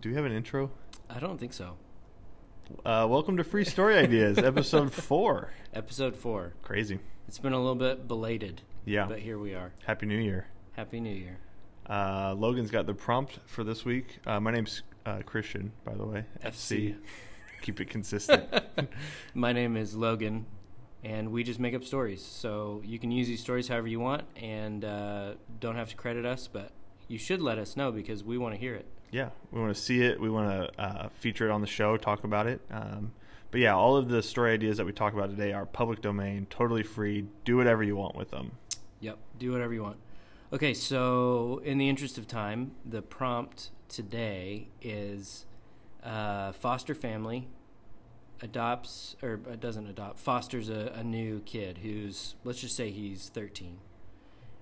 Do we have an intro? I don't think so. Uh, welcome to Free Story Ideas, episode four. Episode four. Crazy. It's been a little bit belated. Yeah. But here we are. Happy New Year. Happy New Year. Uh, Logan's got the prompt for this week. Uh, my name's uh, Christian, by the way. FC. Keep it consistent. My name is Logan, and we just make up stories. So you can use these stories however you want, and uh, don't have to credit us, but you should let us know because we want to hear it. yeah, we want to see it. We want to uh, feature it on the show, talk about it. Um, but yeah, all of the story ideas that we talk about today are public domain, totally free. Do whatever you want with them. Yep. Do whatever you want. Okay, so in the interest of time, the prompt today is uh, foster family adopts or uh, doesn't adopt, fosters a, a new kid who's, let's just say he's 13.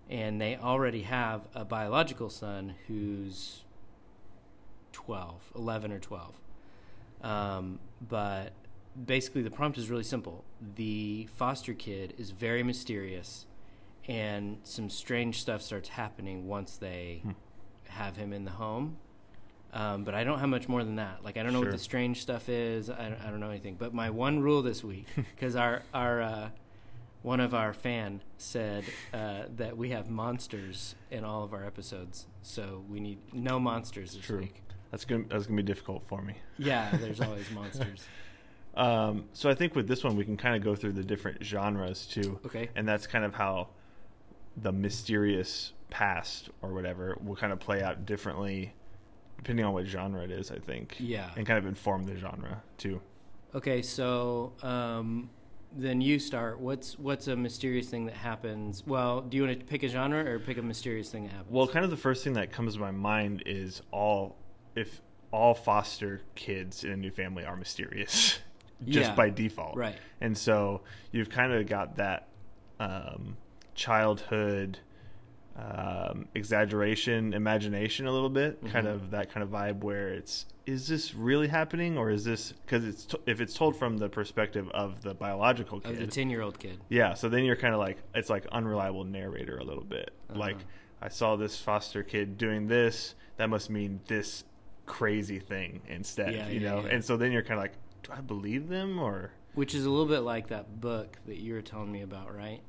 And they already have a biological son who's 12, 11 or 12. Um, but basically, the prompt is really simple. The foster kid is very mysterious, and some strange stuff starts happening once they have him in the home. Um, but I don't have much more than that. Like I don't know Sure. what the strange stuff is. I, don't- I don't know anything. But my one rule this week, because our our uh, one of our fan said uh, that we have monsters in all of our episodes, so we need no monsters this True. week. That's gonna that's gonna be difficult for me. Yeah, there's always monsters. Um, so I think with this one we can kind of go through the different genres too. Okay. And that's kind of how the mysterious past or whatever will kind of play out differently depending on what genre it is, I think. Yeah. And kind of inform the genre too. Okay, so um, then you start. What's what's a mysterious thing that happens? Well, do you want to pick a genre or pick a mysterious thing that happens? Well, kind of the first thing that comes to my mind is all if all foster kids in a new family are mysterious just Yeah. by default. Right. And so you've kind of got that um, childhood um, exaggeration, imagination a little bit, Mm-hmm. kind of that kind of vibe where it's is this really happening or is this because it's t- if it's told from the perspective of the biological kid, of the ten-year-old kid. yeah, so then you're kind of like it's like unreliable narrator a little bit. Like Uh-huh. I saw this foster kid doing this, that must mean this crazy thing instead, Yeah, you yeah, know. yeah. And so then you're kind of like, do I believe them or Which is a little bit like that book that you were telling me about, right?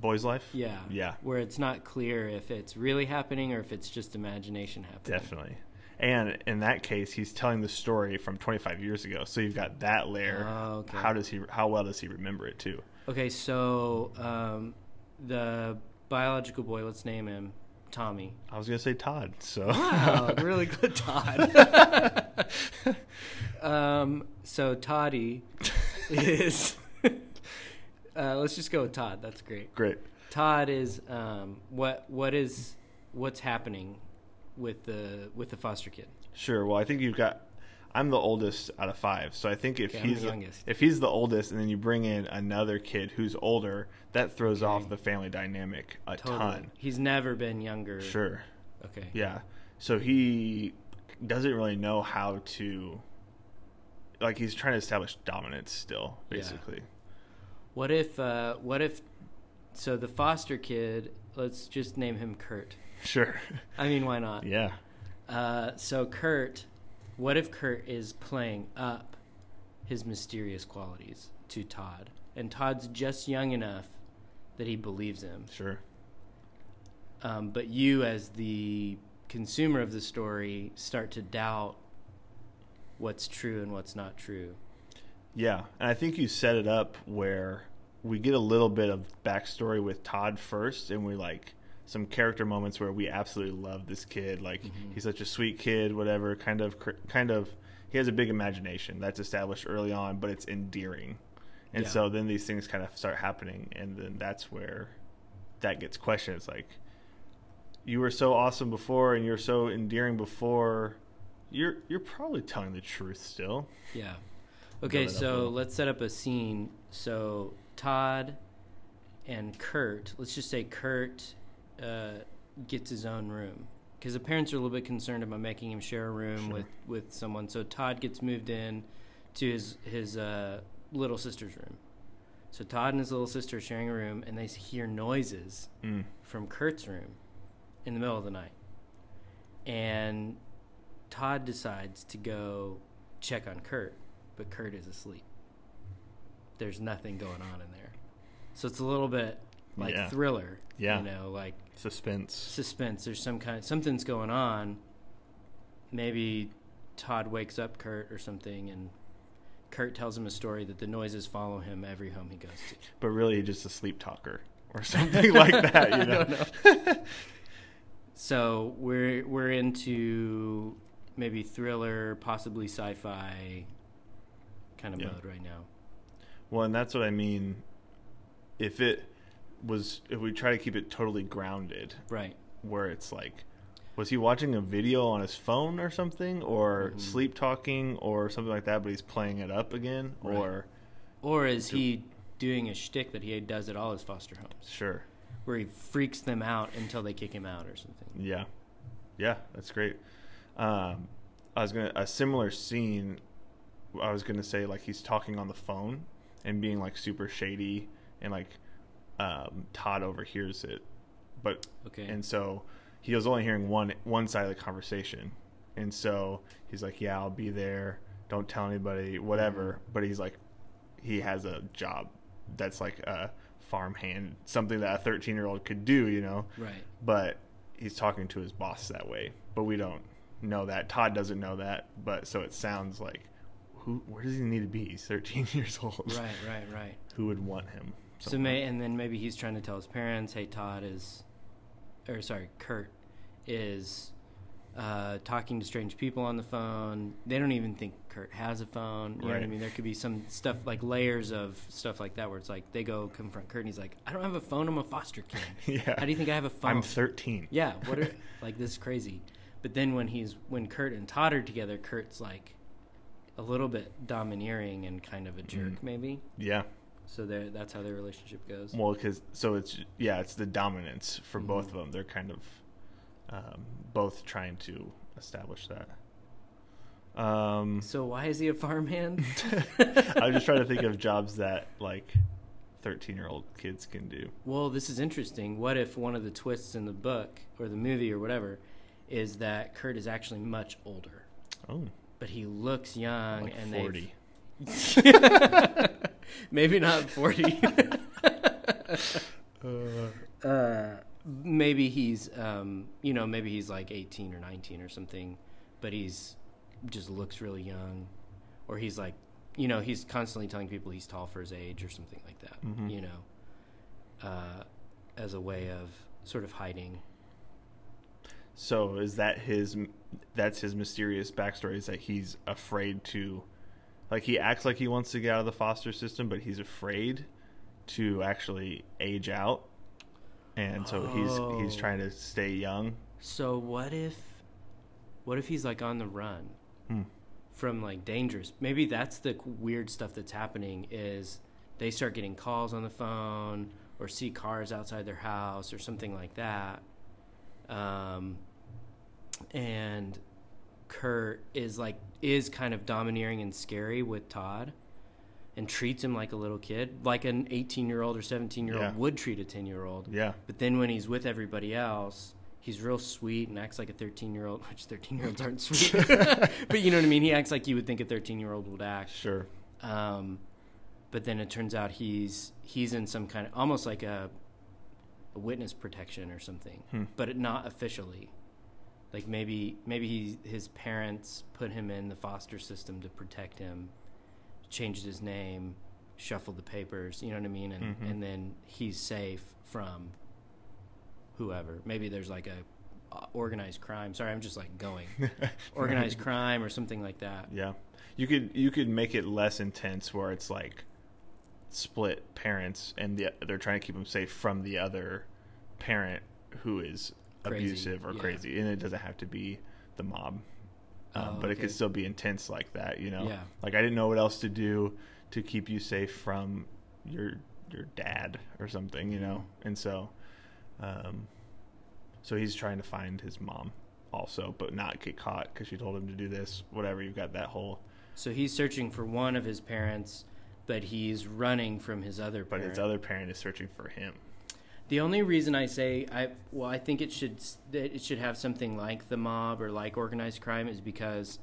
boy's life? Yeah. Yeah. Where it's not clear if it's really happening or if it's just imagination happening. Definitely. And in that case, he's telling the story from 25 years ago. So you've got that layer. Oh, okay. How does he how well does he remember it too? Okay, so um, the biological boy, let's name him Tommy. I was going to say Todd. So Wow, really good, Todd. um, so Toddy is. uh, let's just go with Todd. That's great. great. Todd is um, what? What is? What's happening with the with the foster kid? Sure. Well, I think you've got. I'm the oldest out of five, so I think if Okay, I'm the he's youngest. if he's the oldest, and then you bring in another kid who's older, that throws off the family dynamic a ton. He's never been younger. Sure. Okay. Yeah. So he doesn't really know how to. Like he's trying to establish dominance still, Yeah. basically. What if? Uh, what if? So the foster kid. Let's just name him Kurt. Sure. I mean, why not? yeah. Uh, so Kurt, what if Kurt is playing up his mysterious qualities to Todd, and Todd's just young enough that he believes him? Sure. Um, but you, as the consumer of the story, start to doubt what's true and what's not true. Yeah, and I think you set it up where we get a little bit of backstory with Todd first, and we like some character moments where we absolutely love this kid. Like he's such a sweet kid, whatever. Kind of, cr- kind of. He has a big imagination that's established early on, but it's endearing, and Yeah. so then these things kind of start happening, and then that's where that gets questioned. It's like you were so awesome before, and you're so endearing before. You're you're probably telling the truth still. Yeah. Build it up Okay, a so little. let's set up a scene. So Todd and Kurt, let's just say Kurt uh, gets his own room because the parents are a little bit concerned about making him share a room Sure. with, with someone. So Todd gets moved in to his his uh, little sister's room. So Todd and his little sister are sharing a room, and they hear noises Mm. from Kurt's room in the middle of the night. And Todd decides to go check on Kurt, but Kurt is asleep. There's nothing going on in there. So it's a little bit like Yeah. thriller. Yeah. You know, like Suspense. suspense. There's some kind something's going on. Maybe Todd wakes up Kurt or something and Kurt tells him a story that the noises follow him every home he goes to. But really, just a sleep talker or something like that. You know? So we're we're into maybe thriller, possibly sci-fi kind of Yeah. mode right now. Well, and that's what I mean. If it was, if we try to keep it totally grounded, Right. where it's like, was he watching a video on his phone or something, or sleep talking, or something like that? But he's playing it up again, Right. or Or is he doing a shtick that he does at all his foster homes, sure, where he freaks them out until they kick him out or something? yeah, yeah, that's great. Um, I was gonna a similar scene. I was gonna say like he's talking on the phone and being like super shady, and like um, Todd overhears it, but Okay. and so he was only hearing one one side of the conversation and so he's like yeah i'll be there don't tell anybody whatever but he's like he has a job that's like a farmhand something that a 13 year old could do you know right. but he's talking to his boss that way but we don't know that todd doesn't know that but so it sounds like who where does he need to be he's 13 years old Right. Right. Right. who would want him So may and then maybe he's trying to tell his parents, "Hey, Todd is, or sorry, Kurt is uh, talking to strange people on the phone. They don't even think Kurt has a phone. You know what I Right. mean? There could be some stuff like layers of stuff like that where it's like they go confront Kurt and he's like, "I don't have a phone. I'm a foster kid. yeah How do you think I have a phone? i'm 13 yeah. What are like this is crazy? But then when he's when Kurt and Todd are together, Kurt's like a little bit domineering and kind of a jerk, Mm-hmm. maybe. yeah So there, that's how their relationship goes. Well, because so it's yeah, it's the dominance for Mm-hmm. both of them. They're kind of um, both trying to establish that. Um, So why is he a farmhand? I was just trying to think of jobs that like thirteen-year-old kids can do. well, this is interesting. What if one of the twists in the book or the movie or whatever is that Kurt is actually much older, Oh, but he looks young like Uh, and forty. they maybe not forty. Uh, uh, maybe he's um, you know maybe he's like eighteen or nineteen or something, but he's just looks really young, or he's like you know he's constantly telling people he's tall for his age or something like that. Mhm. You know, uh, as a way of sort of hiding. so is that his? That's his mysterious backstory. Is that he's afraid to, like, he acts like he wants to get out of the foster system, but he's afraid to actually age out, and so he's he's Oh. trying to stay young. So what if, what if he's like on the run Hmm. from like dangerous? Maybe that's the weird stuff that's happening is they start getting calls on the phone or see cars outside their house or something like that. Um, and Kurt is like is kind of domineering and scary with Todd and treats him like a little kid, like an 18-year-old or 17-year-old Yeah. would treat a 10-year-old. Yeah. But then when he's with everybody else, he's real sweet and acts like a 13 year old, which 13 year olds aren't sweet. but you know what I mean? He acts like you would think a 13 year old would act. Sure. Um, but then it turns out he's he's in some kind of almost like a, a witness protection or something, Hmm. but it- not officially. Like maybe maybe he, his parents put him in the foster system to protect him, changed his name, shuffled the papers. You know what I mean? And Mhm. and then he's safe from whoever. Maybe there's like a uh, organized crime. Sorry, I'm just like going organized crime or something like that. Yeah. You could you could make it less intense where it's like split parents and the, they're trying to keep them safe from the other parent who is Crazy, abusive or yeah. crazy, and it doesn't have to be the mob. Um, Oh, but it okay. could still be intense like that, you know. Yeah. Like I didn't know what else to do to keep you safe from your your dad or something, you know. And so, um, so he's trying to find his mom also, but not get caught because she told him to do this. Whatever. You've got that whole, So he's searching for one of his parents, but he's running from his other but parent. his other parent is searching for him. The only reason I say I well, I think it should s- that it should have something like the mob or like organized crime is because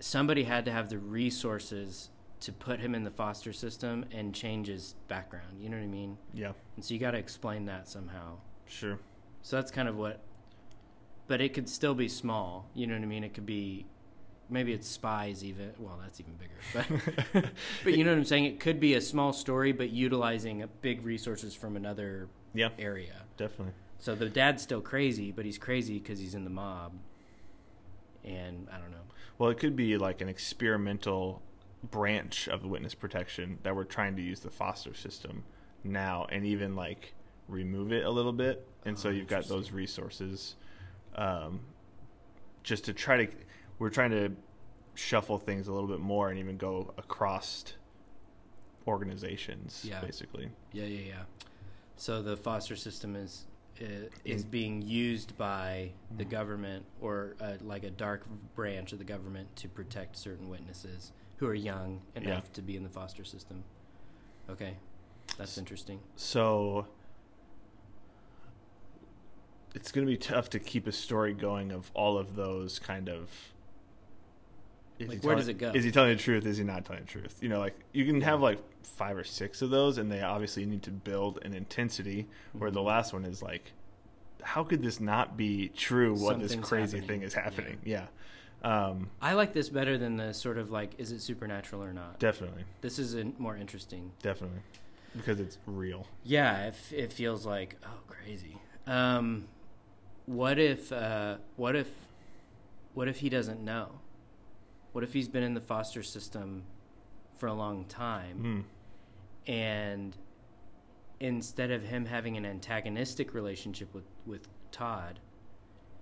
somebody had to have the resources to put him in the foster system and change his background. You know what I mean? Yeah, And so you got to explain that somehow. sure. So that's kind of what. But it could still be small. You know what I mean? It could be, maybe it's spies even. Well, that's even bigger. But, but you know what I'm saying? It could be a small story, but utilizing a big resources from another Yeah, area. definitely. So the dad's still crazy, but he's crazy because he's in the mob. And I don't know. Well, it could be like an experimental branch of the witness protection that we're trying to use the foster system now and even like remove it a little bit. And so Oh, you've got those resources um, just to try to, we're trying to shuffle things a little bit more and even go across organizations, Yeah. basically. Yeah, yeah, yeah. So the foster system is uh, is being used by the government or uh, like a dark branch of the government to protect certain witnesses who are young enough to be in the foster system. Okay, that's interesting. so it's going to be tough to keep a story going of all of those kind of. Is Like, he where telling- does it go? Is he telling the truth? Is he not telling the truth? You know, like you can have like five or six of those, and they obviously need to build an intensity. Where Mm-hmm. the last one is like, how could this not be true? What this Something's crazy happening. thing is Yeah. happening? Yeah, um, I like this better than the sort of like, is it supernatural or not? definitely, This is a, more interesting. definitely, because it's real. Yeah, it, f- it feels like oh crazy. Um, what if uh, what if what if he doesn't know? What if he's been in the foster system for a long time Mm. and instead of him having an antagonistic relationship with, with Todd,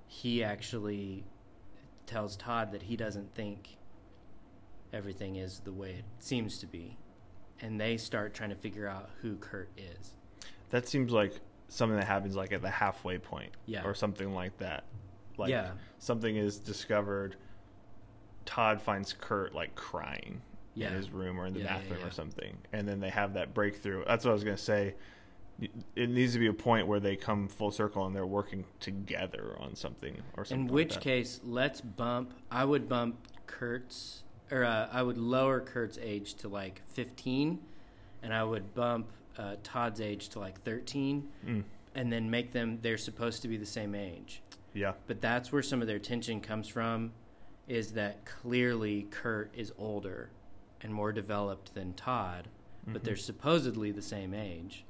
he actually tells Todd that he doesn't think everything is the way it seems to be. And they start trying to figure out who Kurt is. That seems like something that happens like at the halfway point, Yeah. or something like that. Like Yeah. something is discovered. Todd finds Kurt like crying Yeah. in his room or in the Yeah, yeah, bathroom yeah. or something, and then they have that breakthrough. That's what I was gonna say. It needs to be a point where they come full circle and they're working together on something or something. In like which that. case, let's bump. I would bump Kurt's, or uh, I would lower Kurt's age to like 15, and I would bump uh, Todd's age to like 13, Mm. and then make them, they're supposed to be the same age. yeah, But that's where some of their tension comes from, is that clearly Kurt is older and more developed than Todd, but they're supposedly the same age.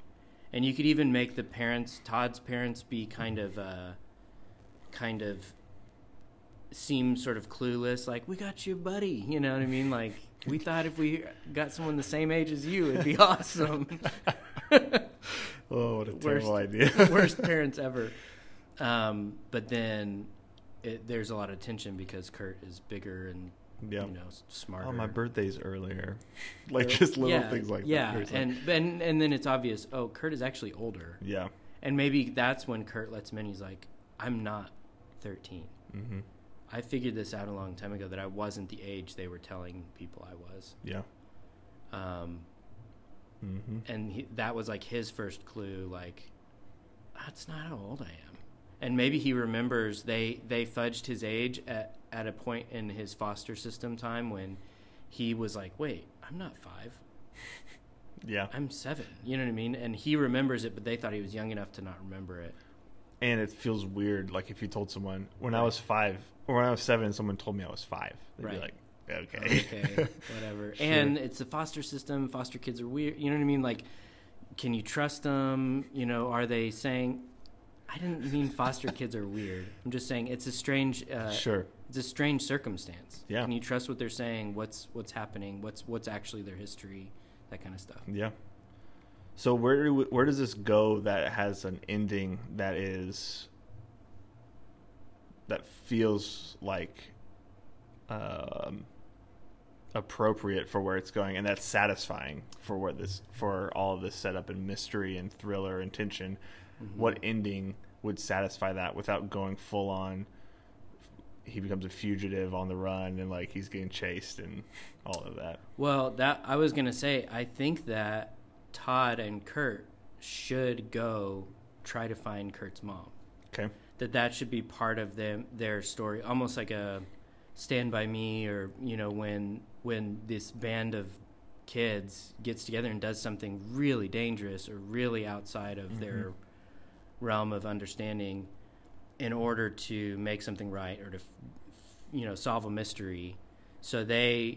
And you could even make the parents, Todd's parents, be kind of, uh, kind of seem sort of clueless, like, we got you, buddy. You know what I mean? Like, we thought if we got someone the same age as you, it'd be awesome. oh, what a Worst- terrible idea. worst parents ever. Um, but then it, there's a lot of tension because Kurt is bigger and yeah. you know s- smarter. Oh, my birthday's earlier. like just little Yeah, things like yeah, that. It's like- and and and then it's obvious. Oh, Kurt is actually older, yeah. and maybe that's when Kurt lets him in. He's like, "I'm not 13. hmm I figured this out a long time ago that I wasn't the age they were telling people I was." Yeah. Um, hmm and he, that was like his first clue like that's not how old i am and maybe he remembers they they fudged his age at, at a point in his foster system time when he was like wait i'm not five Yeah. i'm seven you know what i mean and he remembers it but they thought he was young enough to not remember it and it feels weird. Like if you told someone when I was five or when I was seven, someone told me I was five, they'd be Right. like, okay, okay whatever Sure. and it's the foster system foster kids are weird you know what i mean like can you trust them you know are they saying i didn't mean foster kids are weird i'm just saying it's a strange uh, sure, it's a strange circumstance. Yeah. Can you trust what they're saying? What's what's happening? What's what's actually their history? That kind of stuff. yeah. So where do we, where does this go that has an ending that is that feels like um, appropriate for where it's going and that's satisfying for where this for all of this setup and mystery and thriller and tension what ending would satisfy that without going full on he becomes a fugitive on the run and like he's getting chased and all of that Well, that I was gonna say. I think that Todd and Kurt should go try to find Kurt's mom. Okay. That that should be part of them their story, almost like a Stand by Me, or you know when when this band of kids gets together and does something really dangerous or really outside of their realm of understanding in order to make something right or to f- you know solve a mystery so they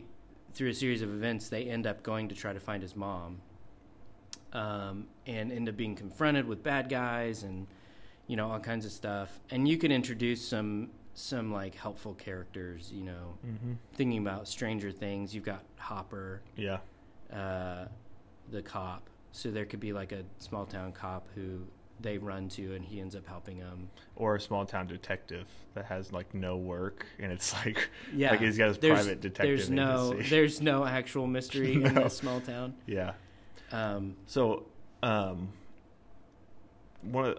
through a series of events they end up going to try to find his mom um, and end up being confronted with bad guys and you know all kinds of stuff and you can introduce some some like helpful characters you know Mm-hmm. thinking about stranger things you've got hopper Yeah. uh, the cop. So there could be like a small town cop who they run to, and he ends up helping them. Or a small town detective that has like no work and it's like Yeah, like he's got his private detective There's no, agency. there's no actual mystery in No. this small town. yeah. Um, So, um, one of,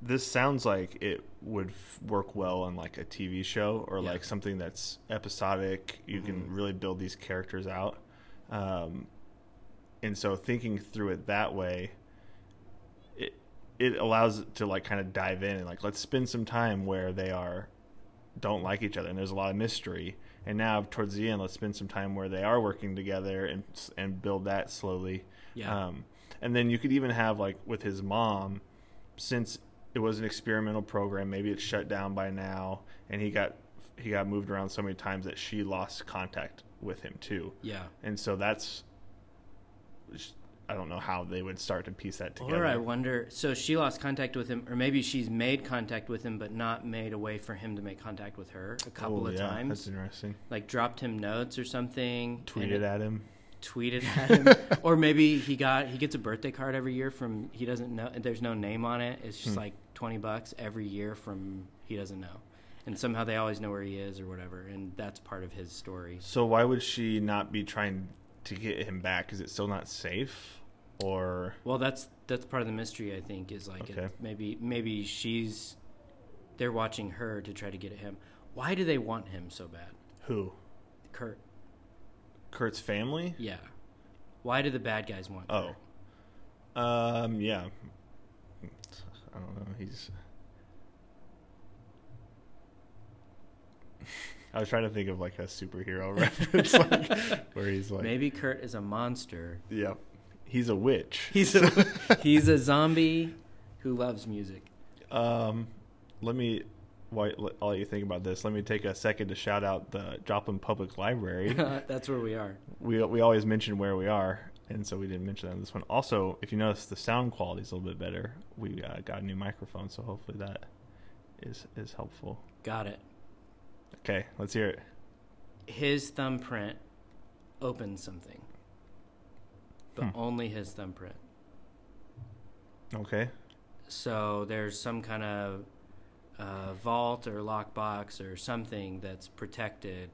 this sounds like it would f- work well on like a TV show or Yeah. Mm-hmm. like something that's episodic. You can really build these characters out, um, and so thinking through it that way, it it allows it to like kind of dive in and like let's spend some time where they are don't like each other and there's a lot of mystery. And now towards the end, let's spend some time where they are working together and s- and build that slowly. yeah, Um, and then you could even have like with his mom, since it was an experimental program, maybe it's shut down by now, and he got he got moved around so many times that she lost contact with him too. yeah. And so that's I don't know how they would start to piece that together. Or I wonder. So she lost contact with him, or maybe she's made contact with him, but not made a way for him to make contact with her a couple Oh, of yeah, times. That's interesting. Like dropped him notes or something. and Tweeted at him. tweeted at him, or maybe he got he gets a birthday card every year from he doesn't know. There's no name on it. It's Hmm. just like twenty bucks every year from he doesn't know, and somehow they always know where he is or whatever, and that's part of his story. So why would she not be trying to get him back? Is it still not safe? Or Well, that's that's part of the mystery. I think is like it- Okay. maybe maybe she's they're watching her to try to get at him. Why do they want him so bad, who? Kurt? Kurt's family? Yeah. Why do the bad guys want? Oh. Um, yeah. I don't know. He's. I was trying to think of like a superhero reference, like, where he's like, Kurt? maybe Kurt is a monster. yeah, he's a witch. He's a he's a zombie who loves music. Um, let me. Why, let- I'll let you think about this. Let me take a second to shout out the Joplin Public Library. That's where we are. we we always mention where we are, and so we didn't mention that in this one. Also, if you notice, the sound quality is a little bit better. We uh, got a new microphone, so hopefully that is is helpful. Got it. Okay, let's hear it. His thumbprint opens something, but Hmm. only his thumbprint. Okay, So there's some kind of uh, vault or lockbox or something that's protected,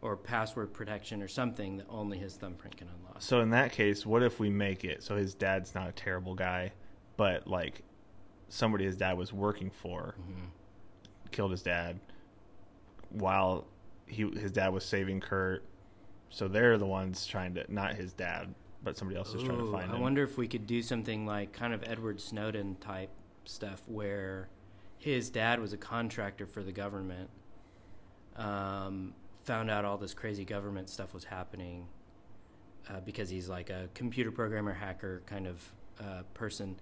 or password protection or something that only his thumbprint can unlock. so in that case, what if we make it so his dad's not a terrible guy, but like somebody his dad was working for Mhm. killed his dad while he his dad was saving Kurt. So they're the ones trying to not his dad, but somebody else is trying to Ooh, find I him. wonder if we could do something like kind of Edward Snowden type stuff where his dad was a contractor for the government, um, found out all this crazy government stuff was happening uh, because he's like a computer programmer, hacker kind of uh, person,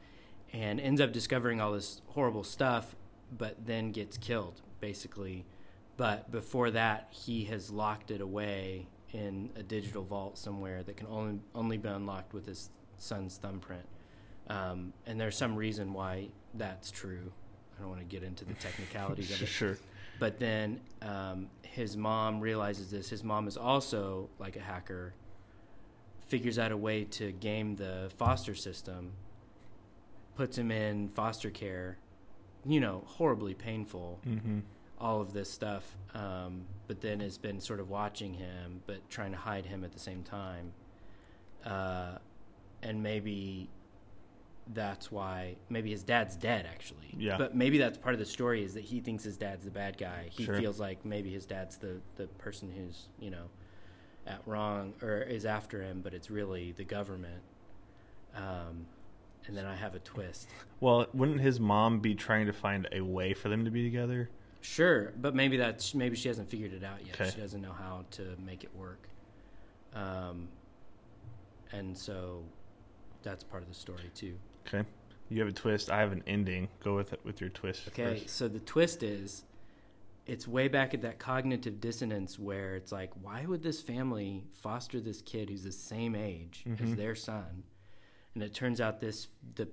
and ends up discovering all this horrible stuff, but then gets killed, basically. But before that, he has locked it away in a digital vault somewhere that can only only be unlocked with his son's thumbprint. Um, and there's some reason why that's true. I don't want to get into the technicalities of it. sure. But then um, his mom realizes this. His mom is also like a hacker, figures out a way to game the foster system, puts him in foster care, you know, horribly painful, Mm-hmm. all of this stuff. Um, but then has been sort of watching him, but trying to hide him at the same time. Uh, and maybe that's why maybe his dad's dead actually Yeah. but maybe that's part of the story is that he thinks his dad's the bad guy he Sure. feels like maybe his dad's the the person who's you know at wrong or is after him but it's really the government um and then I have a twist. Well, wouldn't his mom be trying to find a way for them to be together? Sure, but maybe that's maybe she hasn't figured it out yet. Okay. She doesn't know how to make it work. Um, and so that's part of the story too. Okay. You have a twist. I have an ending. Go with it with your twist. Okay, First. so the twist is it's way back at that cognitive dissonance where it's like, why would this family foster this kid who's the same age Mm-hmm. as their son? And it turns out this the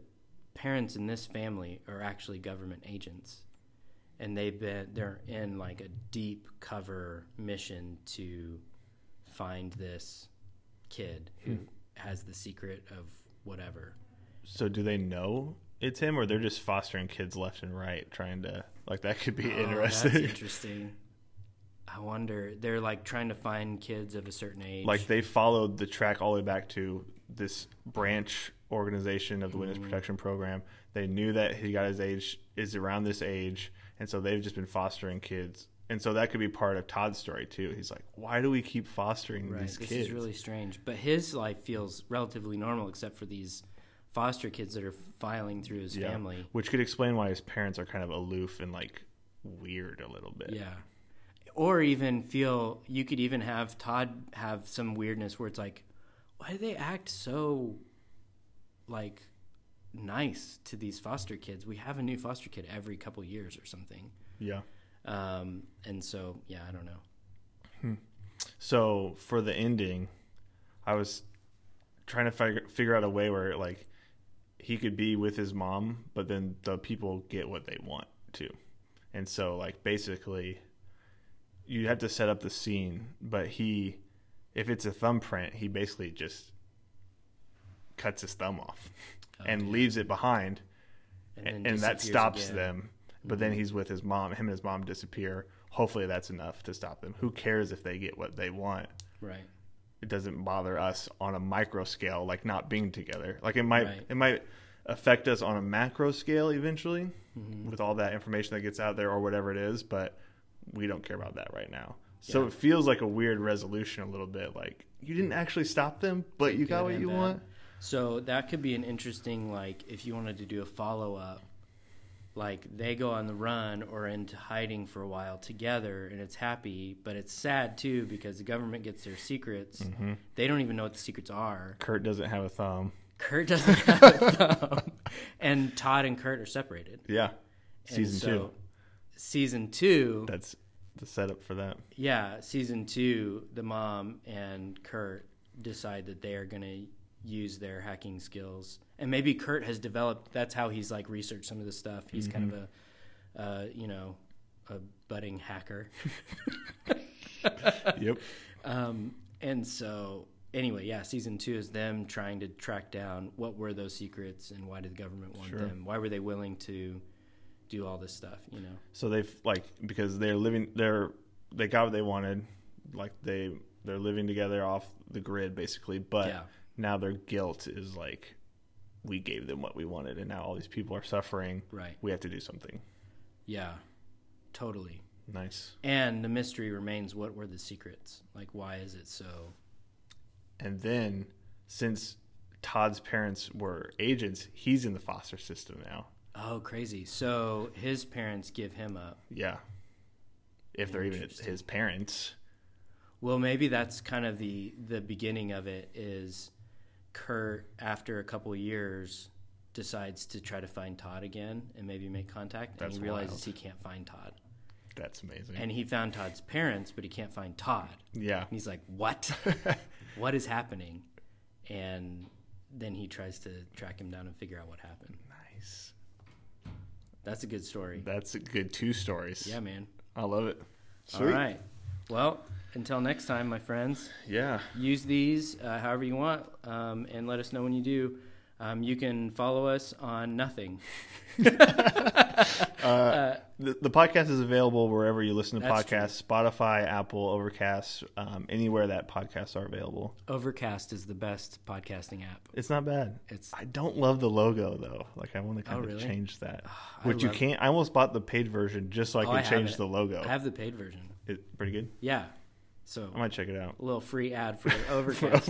parents in this family are actually government agents. And they've been they're in like a deep cover mission to find this kid who Hmm. has the secret of whatever. So do they know it's him, or they're just fostering kids left and right, trying to like that could be Oh, interesting. That's interesting. I wonder. They're like trying to find kids of a certain age. like they followed the track all the way back to this branch organization of the Mm. witness protection program. They knew that he got his age is around this age, and so they've just been fostering kids. And so that could be part of Todd's story too. He's like, why do we keep fostering right. these This kids? is really strange. But his life feels relatively normal, except for these foster kids that are filing through his Yeah. family. Which could explain why his parents are kind of aloof and like weird a little bit. Yeah. Or even feel you could even have Todd have some weirdness where it's like, why do they act so like nice to these foster kids? We have a new foster kid every couple years or something. Yeah. Um, and so yeah, I don't know. So for the ending, I was trying to figure, figure out a way where like he could be with his mom, but then the people get what they want too. And so like basically you have to set up the scene, but he if it's a thumbprint, he basically just cuts his thumb off and leaves it behind and, and that Oh, disappears stops again. Mm-hmm. them. But then he's with his mom. Him and his mom disappear. Hopefully, that's enough to stop them. Who cares if they get what they want? Right. It doesn't bother us on a micro scale, like not being together. Like it might, Right. it might affect us on a macro scale eventually, Mm-hmm. with all that information that gets out there or whatever it is. But we don't care about that right now. So it feels like a weird resolution, a little bit. Like you didn't actually stop them, but you got good what and you bad. want. So that could be an interesting, like, if you wanted to do a follow up, like they go on the run or into hiding for a while together, and it's happy, but it's sad too because the government gets their secrets. Mm-hmm. They don't even know what the secrets are. Kurt doesn't have a thumb. Kurt doesn't have a thumb, and Todd and Kurt are separated. Yeah, And season two. so Season two. That's the setup for that. yeah, season two, the mom and Kurt decide that they are going to use their hacking skills, and maybe Kurt has developed. That's how he's like researched some of the stuff. He's kind of a, uh, you know, a budding hacker. yep. Um, and so, anyway, yeah, season two is them trying to track down what were those secrets and why did the government want Sure. them? Why were they willing to do all this stuff? You know, So they've like because they're living they're they got what they wanted, like they they're living together off the grid basically, but Yeah. now their guilt is like we gave them what we wanted and now all these people are suffering. right? We have to do something. Yeah, totally. Nice. And the mystery remains what were the secrets? Like, why is it so? And then since Todd's parents were agents, he's in the foster system now. Oh, crazy. So his parents give him up. Yeah. If they're even his parents. Well, maybe that's kind of the, the beginning of it is Kurt, after a couple years, decides to try to find Todd again and maybe make contact. And That's he realizes wild. he can't find Todd. That's amazing. And he found Todd's parents, but he can't find Todd. yeah. And he's like, what? what is happening? And then he tries to track him down and figure out what happened. Nice. That's a good story. That's a good two stories. Yeah, man. I love it. All right. Well, until next time, my friends, Yeah. use these uh, however you want um, and let us know when you do. Um, you can follow us on nothing. The, the podcast is available wherever you listen to That's podcasts Spotify, Apple, Overcast, um, anywhere that podcasts are available. Overcast is the best podcasting app. It's not bad. It's Oh, I don't love the logo though. Like I want to kind of really? Ah, change that. I Which you love- can't. I almost bought the paid version just so I Oh, could I have change it. the logo. I have the paid version. It- pretty good. Yeah. So I might check it out. a little free ad for For Overcast.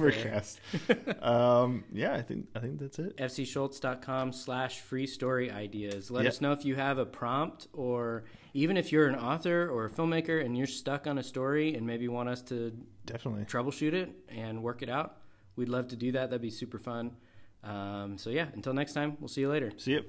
there. Overcast. um, yeah, I think I think that's it. fcschultz.com slash free story ideas. Let Yep. us know if you have a prompt or even if you're an author or a filmmaker and you're stuck on a story and maybe want us to Definitely. troubleshoot it and work it out. We'd love to do that. That'd be super fun. Um, so, yeah, until next time, we'll see you later. See you.